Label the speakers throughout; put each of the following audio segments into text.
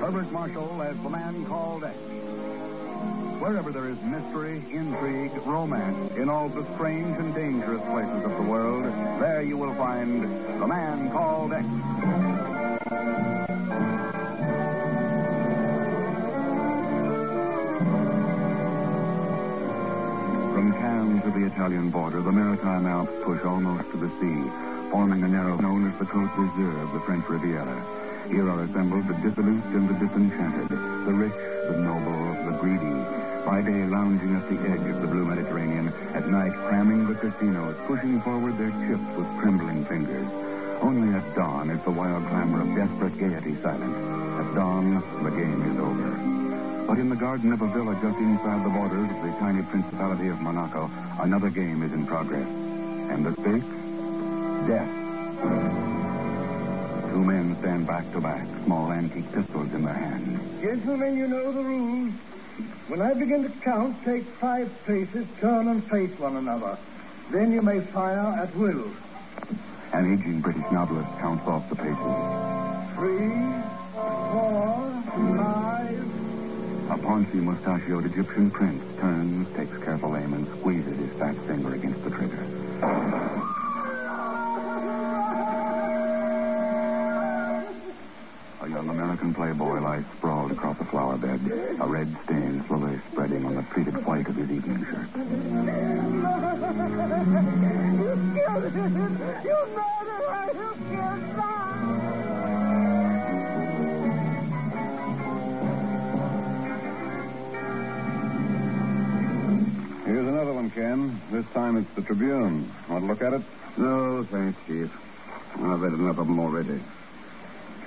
Speaker 1: Herbert Marshall as the man called X. Wherever there is mystery, intrigue, romance, in all the strange and dangerous places of the world, there you will find the man called X. From Cannes to the Italian border, the Maritime Alps push almost to the sea, forming a narrow known as the Côte d'Azur of the French Riviera. Here are assembled the dissolute and the disenchanted, the rich, the noble, the greedy. By day, lounging at the edge of the blue Mediterranean, at night, cramming the casinos, pushing forward their chips with trembling fingers. Only at dawn is the wild clamor of desperate gaiety silent. At dawn, the game is over. But in the garden of a villa just inside the borders of the tiny principality of Monaco, another game is in progress. And the stakes? Death. Two men stand back to back, small antique pistols in their hands.
Speaker 2: Gentlemen, you know the rules. When I begin to count, take five paces, turn and face one another. Then you may fire at will.
Speaker 1: An aging British novelist counts off the paces.
Speaker 2: Three, four, five.
Speaker 1: A paunchy, mustachioed Egyptian prince turns, takes careful aim, and squeezes his fat finger against the trigger. A young American playboy lies sprawled across a flower bed, a red stain slowly spreading on the faded white of his evening shirt.
Speaker 3: you killed him! You murderer! You killed mine!
Speaker 4: Here's another one, Ken. This time it's the Tribune. Want to look at it?
Speaker 5: No, thanks, Chief. I've read enough of them already.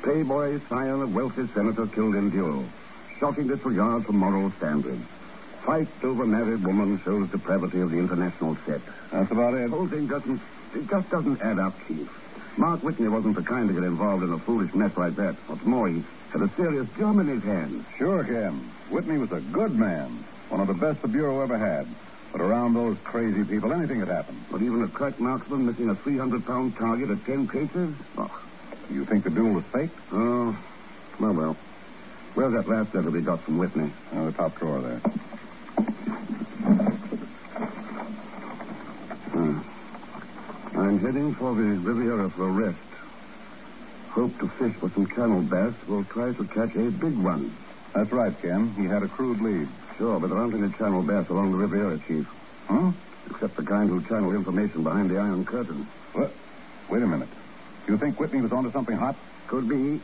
Speaker 5: Playboy scion of wealthy senator killed in duel. Shocking disregard for moral standards. Fight over married woman shows depravity of the international set.
Speaker 4: That's about it.
Speaker 5: The whole thing doesn't, it just doesn't add up, Chief. Mark Whitney wasn't the kind to get involved in a foolish mess like that. What's more, he had a serious job in his hands.
Speaker 4: Sure, Ken. Whitney was a good man. One of the best the Bureau ever had. But around those crazy people, anything could happen.
Speaker 5: But even a crack marksman missing a 300-pound target at 10 paces? Oh,
Speaker 4: you think the duel was fake?
Speaker 5: Oh, well, well. Where's that last letter we got from Whitney?
Speaker 4: Oh, the top drawer there.
Speaker 5: Hmm. I'm heading for the Riviera for a rest. Hope to fish for some channel bass. Will try to catch a big one.
Speaker 4: That's right, Ken. He had a crude lead.
Speaker 5: Sure, but there aren't any channel bass along the Riviera, Chief.
Speaker 4: Huh?
Speaker 5: Except the kind who channel information behind the Iron Curtain.
Speaker 4: What? Wait a minute. You think Whitney was onto something hot?
Speaker 5: Could be.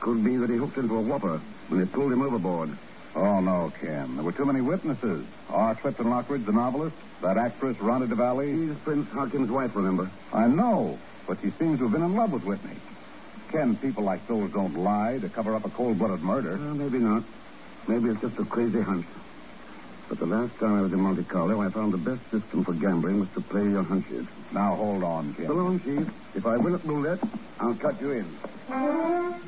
Speaker 5: Could be that he hooked into a whopper when they pulled him overboard.
Speaker 4: Oh, no, Ken. There were too many witnesses. R. Clifton Lockridge, the novelist, that actress, Rhonda DeValley.
Speaker 5: She's Prince Hopkins' wife, remember?
Speaker 4: I know, but she seems to have been in love with Whitney. Ken, people like those don't lie to cover up a cold-blooded murder.
Speaker 5: Well, maybe not. Maybe it's just a crazy hunch. But the last time I was in Monte Carlo, I found the best system for gambling was to play your hunches.
Speaker 4: Now, hold on, Ken.
Speaker 5: So long, Chief. If I win at roulette, I'll cut you in.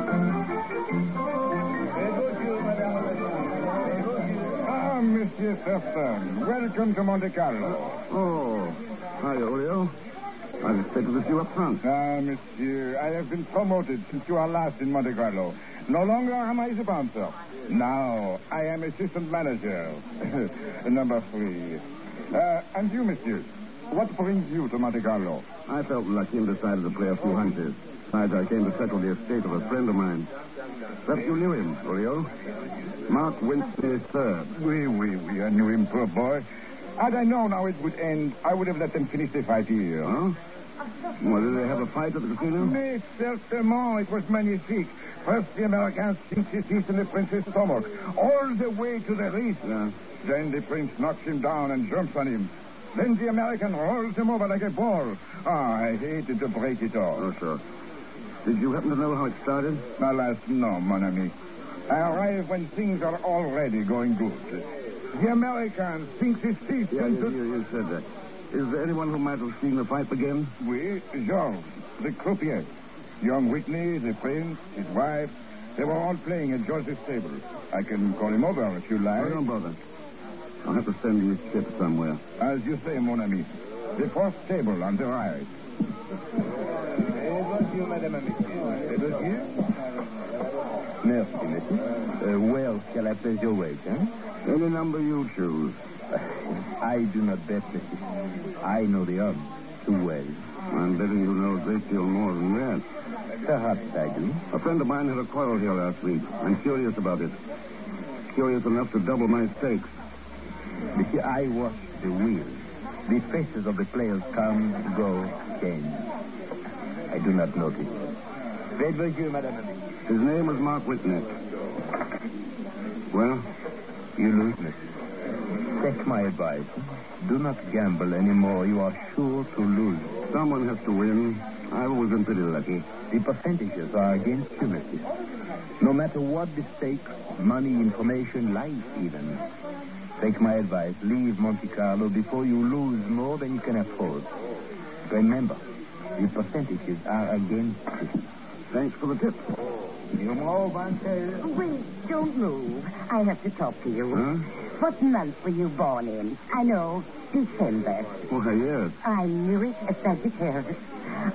Speaker 6: Ah, Monsieur Thurston. Welcome to Monte Carlo.
Speaker 5: Oh, hi, Olio. I expected to see you up front.
Speaker 6: Ah, monsieur, I have been promoted since you are last in Monte Carlo. No longer am I the bouncer. Now I am assistant manager. Number three. Uh, and you, monsieur, what brings you to Monte Carlo?
Speaker 5: I felt lucky and decided to play a few hunches. Besides, I came to settle the estate of a friend of mine. Perhaps you knew him, Julio. Mark Winsley III.
Speaker 6: Oui, oui, oui. I knew him, poor boy. Had I known how it would end, I would have let them finish the fight here.
Speaker 5: Huh? Well, did they have a fight at the casino?
Speaker 7: Mm-hmm.
Speaker 6: Mais certainement. It was magnifique. First, the American sinks his teeth in the prince's stomach, all the way to the wrist.
Speaker 5: Yeah.
Speaker 6: Then the prince knocks him down and jumps on him. Then the American rolls him over like a ball. Ah, I hated to break it off.
Speaker 5: Oh, sure. Did you happen to know how it started?
Speaker 6: Alas, no, mon ami. I arrive when things are already going good. The American sinks his teeth
Speaker 5: yeah,
Speaker 6: into...
Speaker 5: You, you, you said that. Is there anyone who might have seen the fight begin?
Speaker 6: We, oui, Georges, the croupier. Young Whitney, the prince, his wife,
Speaker 7: They were all playing at George's table. I can call him over if you like.
Speaker 5: Oh, don't bother. I'll have to send you a ship somewhere.
Speaker 7: As you say, mon ami. The fourth table on the right.
Speaker 5: Merci, monsieur. Uh, well, shall I place your wager? Any number you choose. I do not bet, monsieur. I know the odds too well.
Speaker 4: I'm betting you know a great deal more than that.
Speaker 5: Perhaps I do.
Speaker 4: A friend of mine had a quarrel here last week. I'm curious about it. Curious enough to double my stakes.
Speaker 5: The I watch the wheel. The faces of the players come, go, change. I do not notice. Fred was you, Madame Abbé.
Speaker 4: His name was Mark Whitnett. Well,
Speaker 5: You lose, monsieur. Take my advice. Do not gamble anymore. You are sure to lose.
Speaker 4: someone has to win. I've always been pretty lucky.
Speaker 5: The percentages are against you, monsieur. No matter what the stakes, money, information, life even. Take my advice. Leave Monte Carlo before you lose more than you can afford. Remember, the percentages are against you.
Speaker 4: Thanks for the tip.
Speaker 5: You move until...
Speaker 3: Wait, don't move. I have to talk to you.
Speaker 4: Huh?
Speaker 3: What month were you born in? I know, December.
Speaker 4: Why, yes.
Speaker 3: I knew it, a Sagittarius.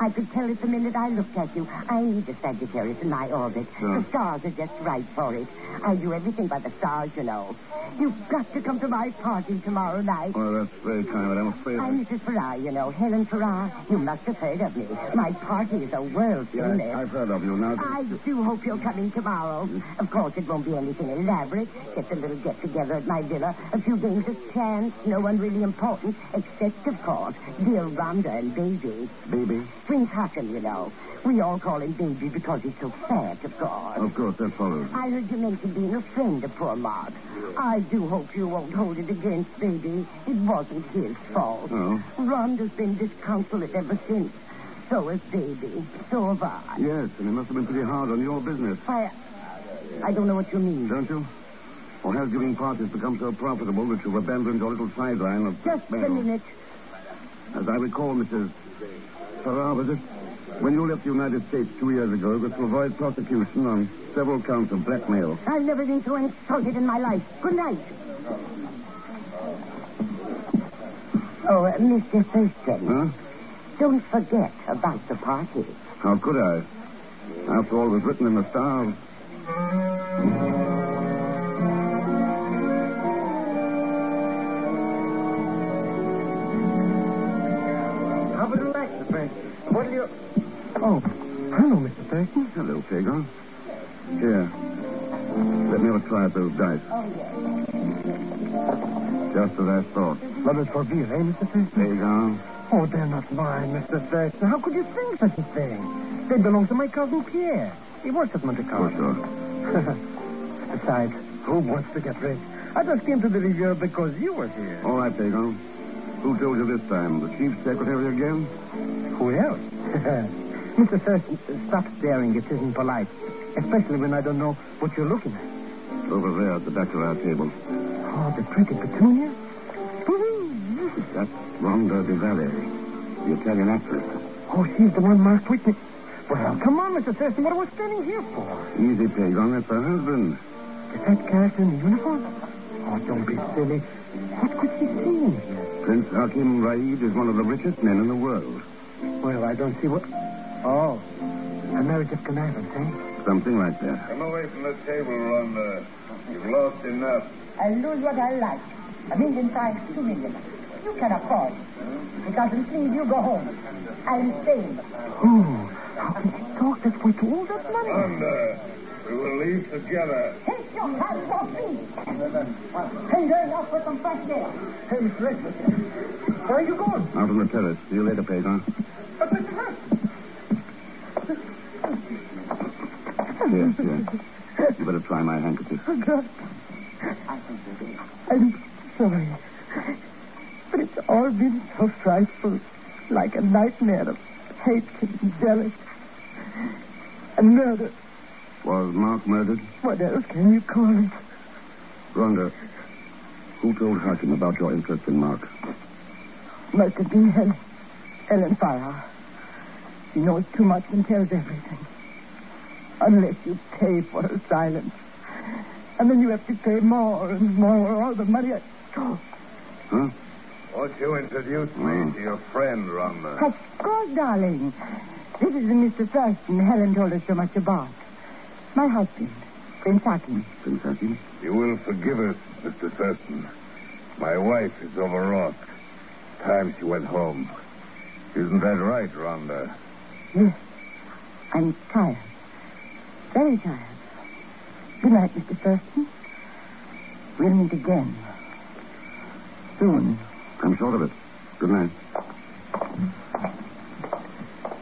Speaker 3: I could tell it the minute I looked at you. I need a Sagittarius in my orbit.
Speaker 4: Huh.
Speaker 3: The stars are just right for it. I do everything by the stars, you know. You've got to come to my party tomorrow night.
Speaker 4: Well, that's very kind, but I'm afraid. I-
Speaker 3: I'm Mrs. Farrar, you know. Helen Farrar. You must have heard of me. My party is a world
Speaker 4: Yeah,
Speaker 3: famous.
Speaker 4: I, I've heard of you. Now,
Speaker 3: I do hope you're coming tomorrow. Of course, it won't be anything elaborate. Just a little get together at my villa, a few games of chance, no one really important, except, of course, dear Rhonda and Baby.
Speaker 4: baby.
Speaker 3: Prince Hassan, you know. We all call him Baby because he's so fat, of course.
Speaker 5: Oh.
Speaker 4: Of course, that follows.
Speaker 3: I heard you mention being a friend of poor Mark. I do hope you won't hold it against Baby. It wasn't his fault.
Speaker 4: Oh.
Speaker 3: Rhonda's been disconsolate ever since. So has Baby. So have I.
Speaker 4: Yes, and it must have been pretty hard on your business,
Speaker 3: I, I don't know what you mean.
Speaker 4: don't you? Or has giving parties become so profitable that you've abandoned your little sideline of
Speaker 3: Just a
Speaker 4: Well,
Speaker 3: minute.
Speaker 4: As I recall, Mrs. Farrar, was it? When you left the United States two years ago, it was to avoid prosecution on several counts of blackmail.
Speaker 3: I've never been so insulted in my life. Good night. Oh, uh, Mr. Thurston,
Speaker 4: Huh?
Speaker 3: don't forget about the party.
Speaker 4: How could I? After all, it was written in the stars.
Speaker 6: Have a relax, Frank. What'll you... Oh, hello, Mr. Thurston.
Speaker 4: Hello, Pago. Here. Let me have a try at those dice.
Speaker 3: Oh, yes.
Speaker 4: Just as I thought.
Speaker 6: Lovers for beer, eh, Mr. Thurston?
Speaker 4: Pago.
Speaker 6: Oh, they're not mine, Mr. Thurston. How could you think such a thing? They belong to my cousin Pierre. He works at Monte
Speaker 4: For
Speaker 6: Carlo.
Speaker 5: Oh,
Speaker 4: sure.
Speaker 6: Besides, who wants to get rich? I just came to the Riviera because you were here.
Speaker 4: All right, Pago. Who told you this time? The chief secretary again?
Speaker 6: Who else? Mr. Thurston, stop staring. It isn't polite. Especially when I don't know what you're looking at.
Speaker 4: Over there at the back of our table.
Speaker 6: Oh, the pretty petunia?
Speaker 4: That's Ronda Di Valle, the Italian actress.
Speaker 6: Oh, she's the one Mark Whitney. Well, come on, Mr. Thurston. What are we standing here for?
Speaker 4: Easy, Pago. That's her husband.
Speaker 6: Is that character in the uniform? Oh, don't be silly. What could she see in here?
Speaker 4: Prince Hakim Raid is one of the richest men in the world.
Speaker 6: Well, I don't see what. Oh, a marriage of connivance, eh?
Speaker 4: Something like that.
Speaker 7: Come away from the table, Rhonda. You've lost enough.
Speaker 3: I'll lose what I like. A million times two million. You can afford it. It doesn't please you, go home. I'm staying.
Speaker 6: Oh, how can she talk this way to all that money?
Speaker 7: Rhonda,
Speaker 6: uh,
Speaker 7: we will leave together.
Speaker 3: Take your hands off me. Fingers off with them back there.
Speaker 6: Hey, Miss Redwood. Where are you going?
Speaker 4: Out on the terrace. See you later, Pago.
Speaker 6: But, Mr. Thurston.
Speaker 4: Yes, yes. You better try my handkerchief.
Speaker 6: I'm sorry. But it's all been so frightful, like a nightmare of hate and jealousy. And murder.
Speaker 4: Was Mark murdered?
Speaker 6: What else can you call it?
Speaker 4: Rhonda, who told Hakim about your interest in Mark?
Speaker 6: Must have been Helen. Helen Farrar. She knows too much and tells everything. I unless you pay for her silence. And then you have to pay more and more, all the money I... Oh,
Speaker 5: Huh?
Speaker 7: Won't you introduce me to your friend, Rhonda?
Speaker 6: of course, darling. This is Mr. Thurston Helen told us so much about. My husband, Prince Hakim.
Speaker 5: Sensation?
Speaker 7: You will forgive us, Mr. Thurston. My wife is overwrought. Time she went home. Isn't that right, Rhonda?
Speaker 6: Yes, I'm tired. Very tired. Good night, Mr. Thurston. We'll meet again. Soon.
Speaker 5: I'm sure of it. Good night.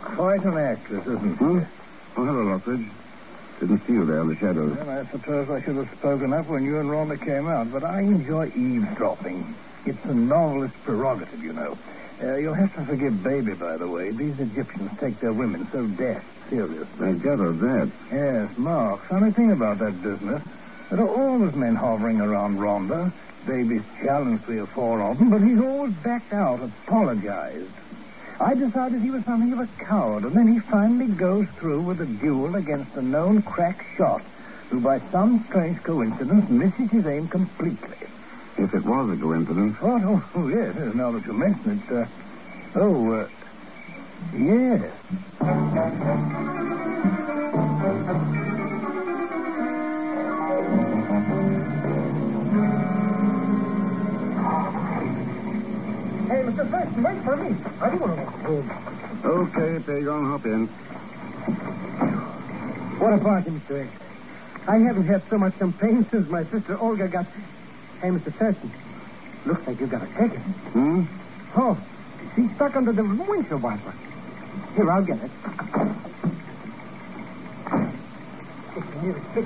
Speaker 7: Quite an act, this isn't
Speaker 4: Mm-hmm.
Speaker 5: Huh? Oh, hello, Lockridge. Didn't see you there in the shadows.
Speaker 7: Well, I suppose I should have spoken up when you and Rhonda came out, but I enjoy eavesdropping. It's a novelist's prerogative, you know. Uh, you'll have to forgive Baby, by the way. These Egyptians take their women so death serious.
Speaker 5: I gathered that.
Speaker 7: Yes, Mark. Funny thing about that business. There are always men hovering around Rhonda. Baby's challenged three or four of them, but he's always backed out, apologized. I decided he was something of a coward, and then he finally goes through with a duel against a known crack shot who, by some strange coincidence, misses his aim completely.
Speaker 5: If it was a coincidence.
Speaker 7: What? Oh, oh, yes, yes, now that you mention it. Uh, oh, uh, yes.
Speaker 6: Hey, Mr. Thurston, wait for me. I don't want to walk home.
Speaker 5: Okay, Pagon, hop in.
Speaker 6: What a party, Mr. X. I haven't had so much champagne since my sister Olga got... Hey, Mr. Thurston, looks like you got a ticket.
Speaker 5: Hmm?
Speaker 6: Oh, she's stuck under the windshield wiper. Here, I'll get it. It's a new stick.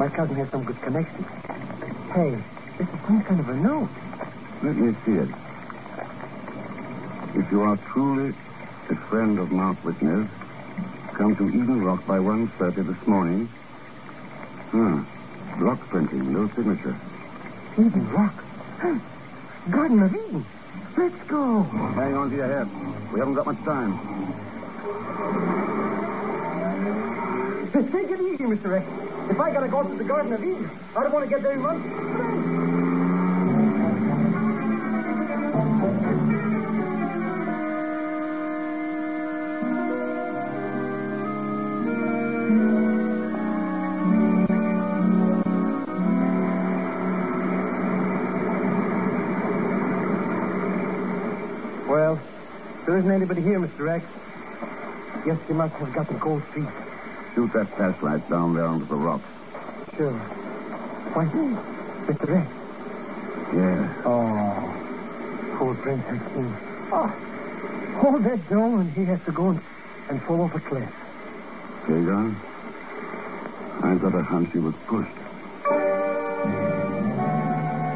Speaker 6: My cousin has some good connection. Hey, this is some kind of a note.
Speaker 5: Let me see it. If you are truly a friend of Mark Whitner's, come to Eden Rock by 1.30 this morning. Huh. Block printing, no signature.
Speaker 6: Eden Rock. Garden of Eden. Let's go.
Speaker 5: Hang on to your hat. We haven't got much time.
Speaker 6: Just take it easy, Mr. X. If I gotta go up to the Garden of Eden, I don't want to get there in one. Well, there isn't anybody here, Mr. X. Yes, you must have got the cold feet.
Speaker 5: Shoot that flashlight down there onto the rock.
Speaker 6: Sure. Why, Mr. Rex.
Speaker 5: Yeah.
Speaker 6: Oh, poor Prince Hakeem. Oh, oh, that dome, and he has to go and, and fall off a cliff.
Speaker 5: Pagon, I've got a hunch he was pushed.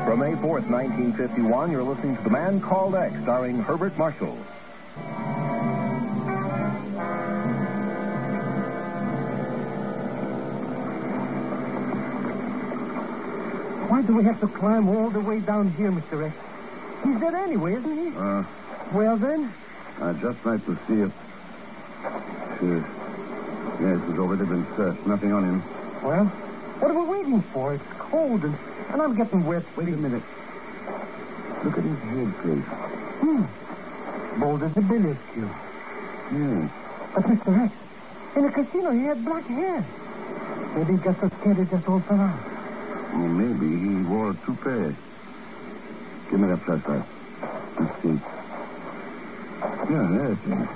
Speaker 8: From May 4th, 1951, you're listening to The Man Called X, starring Herbert Marshall.
Speaker 6: Why do we have to climb all the way down here, Mr. Rex? He's dead anyway, isn't he?
Speaker 5: Uh,
Speaker 6: Well, then,
Speaker 5: I'd just like to see if... Yes. Yes, he's already been searched. Nothing on him.
Speaker 6: well, what are we waiting for? It's cold, and, and I'm getting wet. Wait a minute.
Speaker 5: Look at his head, please.
Speaker 6: Hmm. Bold as a billiard cue.
Speaker 5: Yeah.
Speaker 6: But Mr. Rex, in the casino, he had black hair. Maybe he got so scared he just all fell out.
Speaker 5: Well, maybe he wore a toupee. Give me that flashlight. Let's see. Yeah, there it is.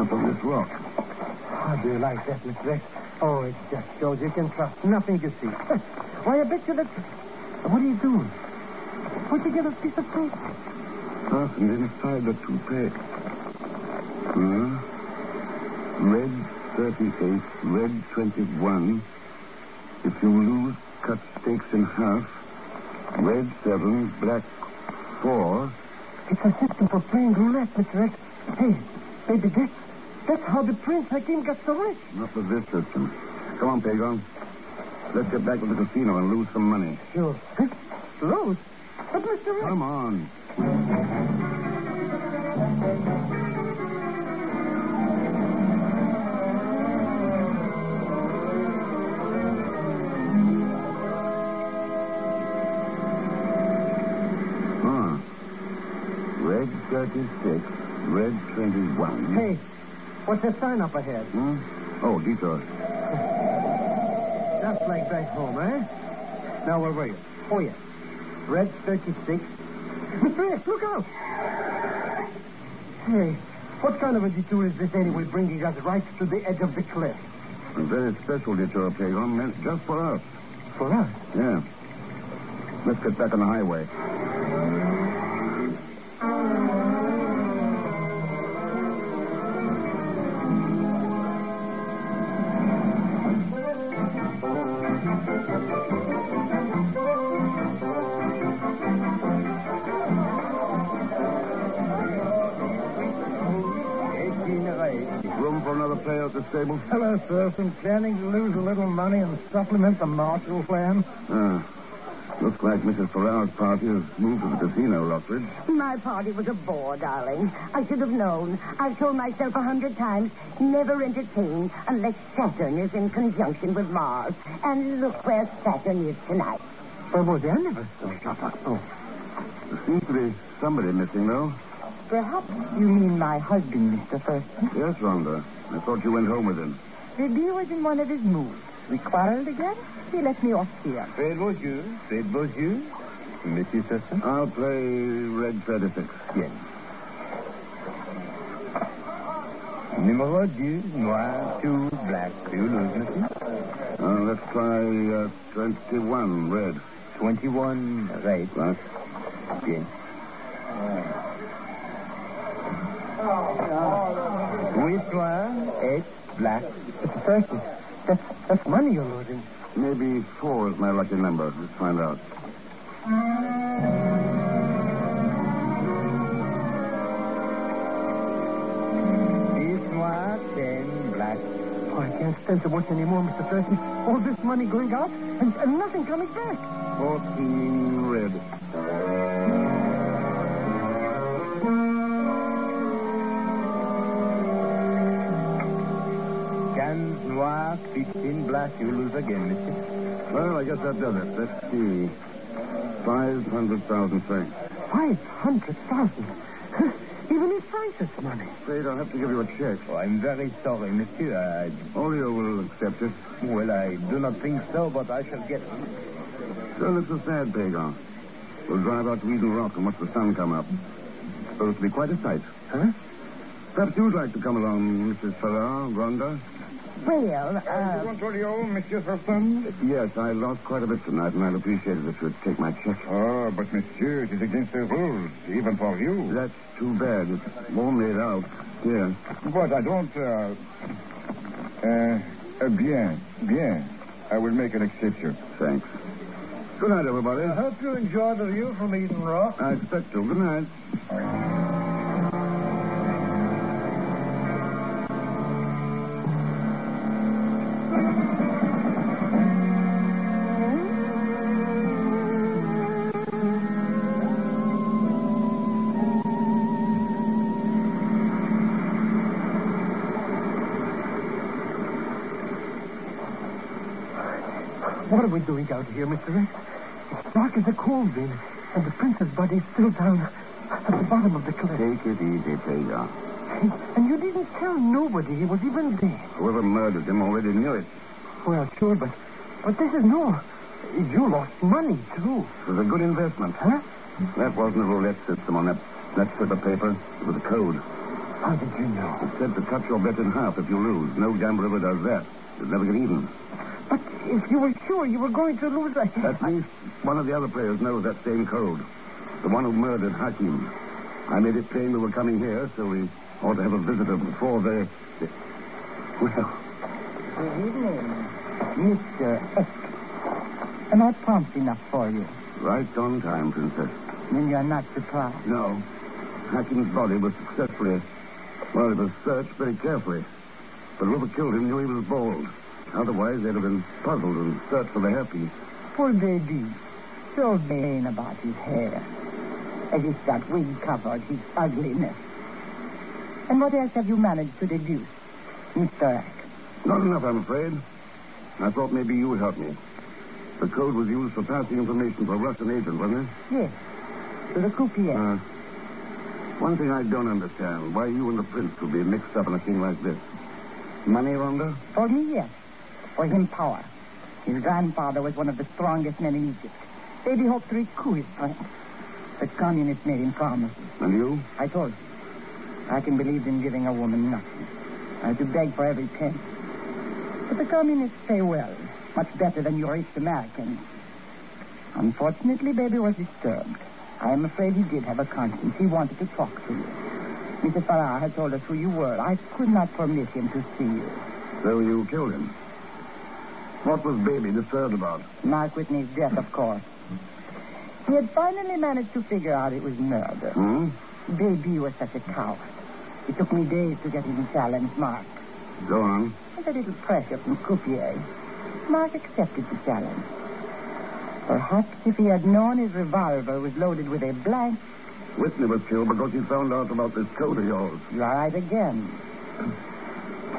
Speaker 5: Up on this rock.
Speaker 6: How Oh, do you like that, Miss Rex? Oh, it just shows you can trust nothing you see. Why, I bet you that... What are you doing? What'd you get a piece of paper?
Speaker 5: Fastened inside the toupee. Huh? Red 38, red 21. If you lose, cut stakes in half. Red 7, black 4.
Speaker 6: It's a system for playing roulette, Miss Rex. Hey, baby, that, that's how the Prince Hakim got so rich.
Speaker 5: Not with this system. Come on, Pagon. Let's get back to the casino and lose some money.
Speaker 6: Sure. Huh? Rose? But Mr. Rex...
Speaker 5: Come on. 36, red 21.
Speaker 6: Hey, what's that sign up ahead?
Speaker 5: Huh? Oh, detour.
Speaker 6: Just like back home, eh? Now, where were you? Oh, yeah. Red 36. Miss Reyes, look out! Hey, what kind of a detour is this anyway, bringing us right to the edge of the cliff?
Speaker 5: A very special detour, Pagon, meant just for us.
Speaker 6: For us?
Speaker 5: Yeah. Let's get back on the highway. Room for another player at the stable?
Speaker 9: Hello, sir. Some planning to lose a little money and supplement the Marshall plan.
Speaker 5: Ah. Looks like Mrs. Farrell's party has moved to the casino, Lockridge.
Speaker 3: My party was a bore, darling. I should have known. I've told myself a hundred times, never entertain unless Saturn is in conjunction with Mars. And look where Saturn is tonight.
Speaker 6: But was there never?
Speaker 5: There seems to be somebody missing, though.
Speaker 10: Perhaps you mean my husband, Mr. Thurston.
Speaker 5: Yes, Rhonda. I thought you went home with him.
Speaker 10: The bee was in one of his moods. We quarreled again. He let me off here.
Speaker 7: C'est beau jeu. C'est beau jeu. Monsieur Thurston?
Speaker 5: I'll play red 36.
Speaker 7: Yes. Numéro 2, noir, two, black. Do you lose, monsieur?
Speaker 5: Uh, let's try uh, 21 red.
Speaker 7: 21, right.
Speaker 5: Right?
Speaker 7: Bien. Huit, noir, eight, black.
Speaker 6: Mr. Thurston, that's, that's money you're losing.
Speaker 5: Maybe 4 is my lucky number. Let's find out.
Speaker 7: Dix, noir, ten, black.
Speaker 6: Oh, I can't stand to watch anymore, Mr. Thurston. All this money going out and, and nothing coming back.
Speaker 5: 14 red.
Speaker 7: Guns, noir, fifteen, black. You lose again, monsieur.
Speaker 5: Well, I guess that does it. Let's see. 500,000 francs.
Speaker 6: Five hundred thousand. Even if price is money.
Speaker 5: Afraid I'll have to give you a check.
Speaker 7: Oh, I'm very sorry, monsieur. I,
Speaker 5: Olio will accept it.
Speaker 7: well, I do not think so, but I shall get
Speaker 5: So it's a sad pagon. We'll drive out to Eden Rock and watch the sun come up. Supposed to be quite a sight.
Speaker 6: Huh?
Speaker 5: Perhaps you'd like to come along, Mrs. Farrar, Rhonda?
Speaker 3: Well,
Speaker 7: Uh,
Speaker 3: uh,
Speaker 7: you want to go, Monsieur Thurston?
Speaker 5: Yes, I lost quite a bit tonight, and I'd appreciate it if you'd take my check.
Speaker 7: Oh, but Monsieur, it is against the rules, even for you.
Speaker 5: That's too bad. It's more made out. Yeah.
Speaker 7: But I don't. Uh, uh, uh, bien, bien. I will make an exception.
Speaker 5: Thanks. Good night, everybody.
Speaker 9: I hope you enjoyed the view from Eden Rock.
Speaker 5: I expect to. Good night.
Speaker 6: What are we doing out here, Mr. Rex? It's dark as a coal bin, and the prince's body is still down at the bottom of the cliff.
Speaker 5: Take it easy, Pagan.
Speaker 6: And you didn't tell nobody he was even there.
Speaker 5: Whoever murdered him already knew it.
Speaker 6: Well, sure, but but this is no. You lost money too.
Speaker 5: It was a good investment.
Speaker 6: Huh?
Speaker 5: That wasn't a roulette system on that, that slip of paper. It was a code.
Speaker 6: How did you know?
Speaker 5: It said to cut your bet in half if you lose. No gambler ever does that. You'd never get even.
Speaker 6: But if you were sure you were going to lose, I
Speaker 5: At least one of the other players knows that same code. The one who murdered Hakim. I made it plain we were coming here, so we ought to have a visitor before the... the- Well,
Speaker 10: Good evening, Mr. X. Am I prompt enough for you?
Speaker 5: right on time, Princess.
Speaker 10: Then you're not surprised.
Speaker 5: No. Hakim's body was successfully... Well, it was searched very carefully. But whoever killed him knew he was bald. Otherwise, they'd have been puzzled and searched for the hairpiece.
Speaker 10: Poor baby. So vain about his hair. As if that wig covered his ugliness. And what else have you managed to deduce, Mr. X?
Speaker 5: Not enough, I'm afraid. I thought maybe you would help me. The code was used for passing information for a Russian agent, wasn't it?
Speaker 10: Yes. To the croupier.
Speaker 5: Uh, One thing I don't understand, why you and the prince would be mixed up in a thing like this. Money, Rhonda?
Speaker 3: For me, yes. For him, power. His grandfather was one of the strongest men in Egypt. Baby hoped to recoup his strength. The communists made him promises.
Speaker 5: And you?
Speaker 3: I told you. I can believe in giving a woman nothing. I had to beg for every penny. But the communists pay well, much better than your East Americans. Unfortunately, baby was disturbed. I am afraid he did have a conscience. He wanted to talk to you. Mrs. Farrar had told us who you were. I could not permit him to see you.
Speaker 5: So you killed him? What was Baby disturbed about?
Speaker 3: Mark Whitney's death, of course. He had finally managed to figure out it was murder.
Speaker 5: Hmm?
Speaker 3: Baby was such a coward. It took me days to get him to challenge Mark.
Speaker 5: Go on.
Speaker 3: With a little pressure from Coupier, Mark accepted the challenge. Perhaps if he had known his revolver was loaded with a blank.
Speaker 5: Whitney was killed because he found out about this coat of yours.
Speaker 3: You are right again.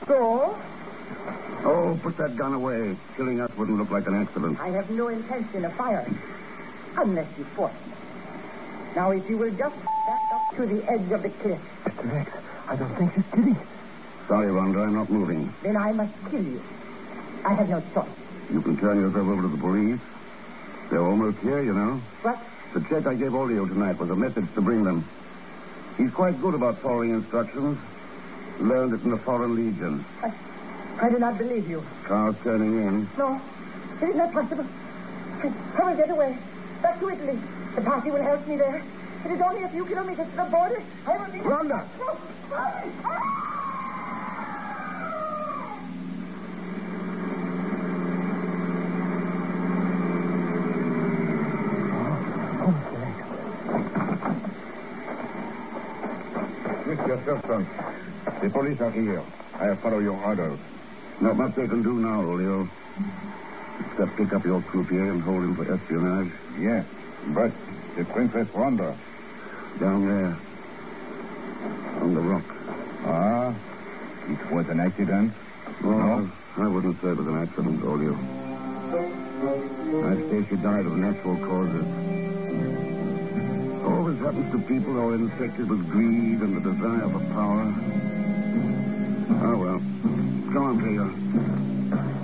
Speaker 3: So?
Speaker 5: Oh, put that gun away. Killing us wouldn't look like an accident.
Speaker 3: I have no intention of firing. Unless you force me. Now, if you will just back up to the edge of the cliff,
Speaker 6: Mr. Rex, I don't think she's kidding.
Speaker 5: Sorry, Rhonda, I'm not moving.
Speaker 3: then I must kill you. I have no choice.
Speaker 5: You can turn yourself over to the police. They're almost here, you know.
Speaker 3: What?
Speaker 5: The check I gave Olio tonight was a message to bring them. He's quite good about following instructions. Learned it in the Foreign Legion.
Speaker 3: I, I do not believe you.
Speaker 5: Car's turning in.
Speaker 3: No. It is not possible. I, I will get away. Back to Italy. The party will help me there. It is only a few kilometers to the border. I will be...
Speaker 5: Rhonda!
Speaker 3: No.
Speaker 7: Make yourself drunk. The police are here. I follow your orders.
Speaker 5: Not much they can do now, Olio. Except pick up your croupier and hold him for espionage.
Speaker 7: Yes, but the Princess Rhonda.
Speaker 5: Down there. On the rock.
Speaker 7: Ah, it was an accident.
Speaker 5: Oh, I wouldn't say it was an accident, Olio. I'd say she died of natural causes. Always happens to people who are infected with greed and the desire Ah, for power. Oh, well. Go on, Peter.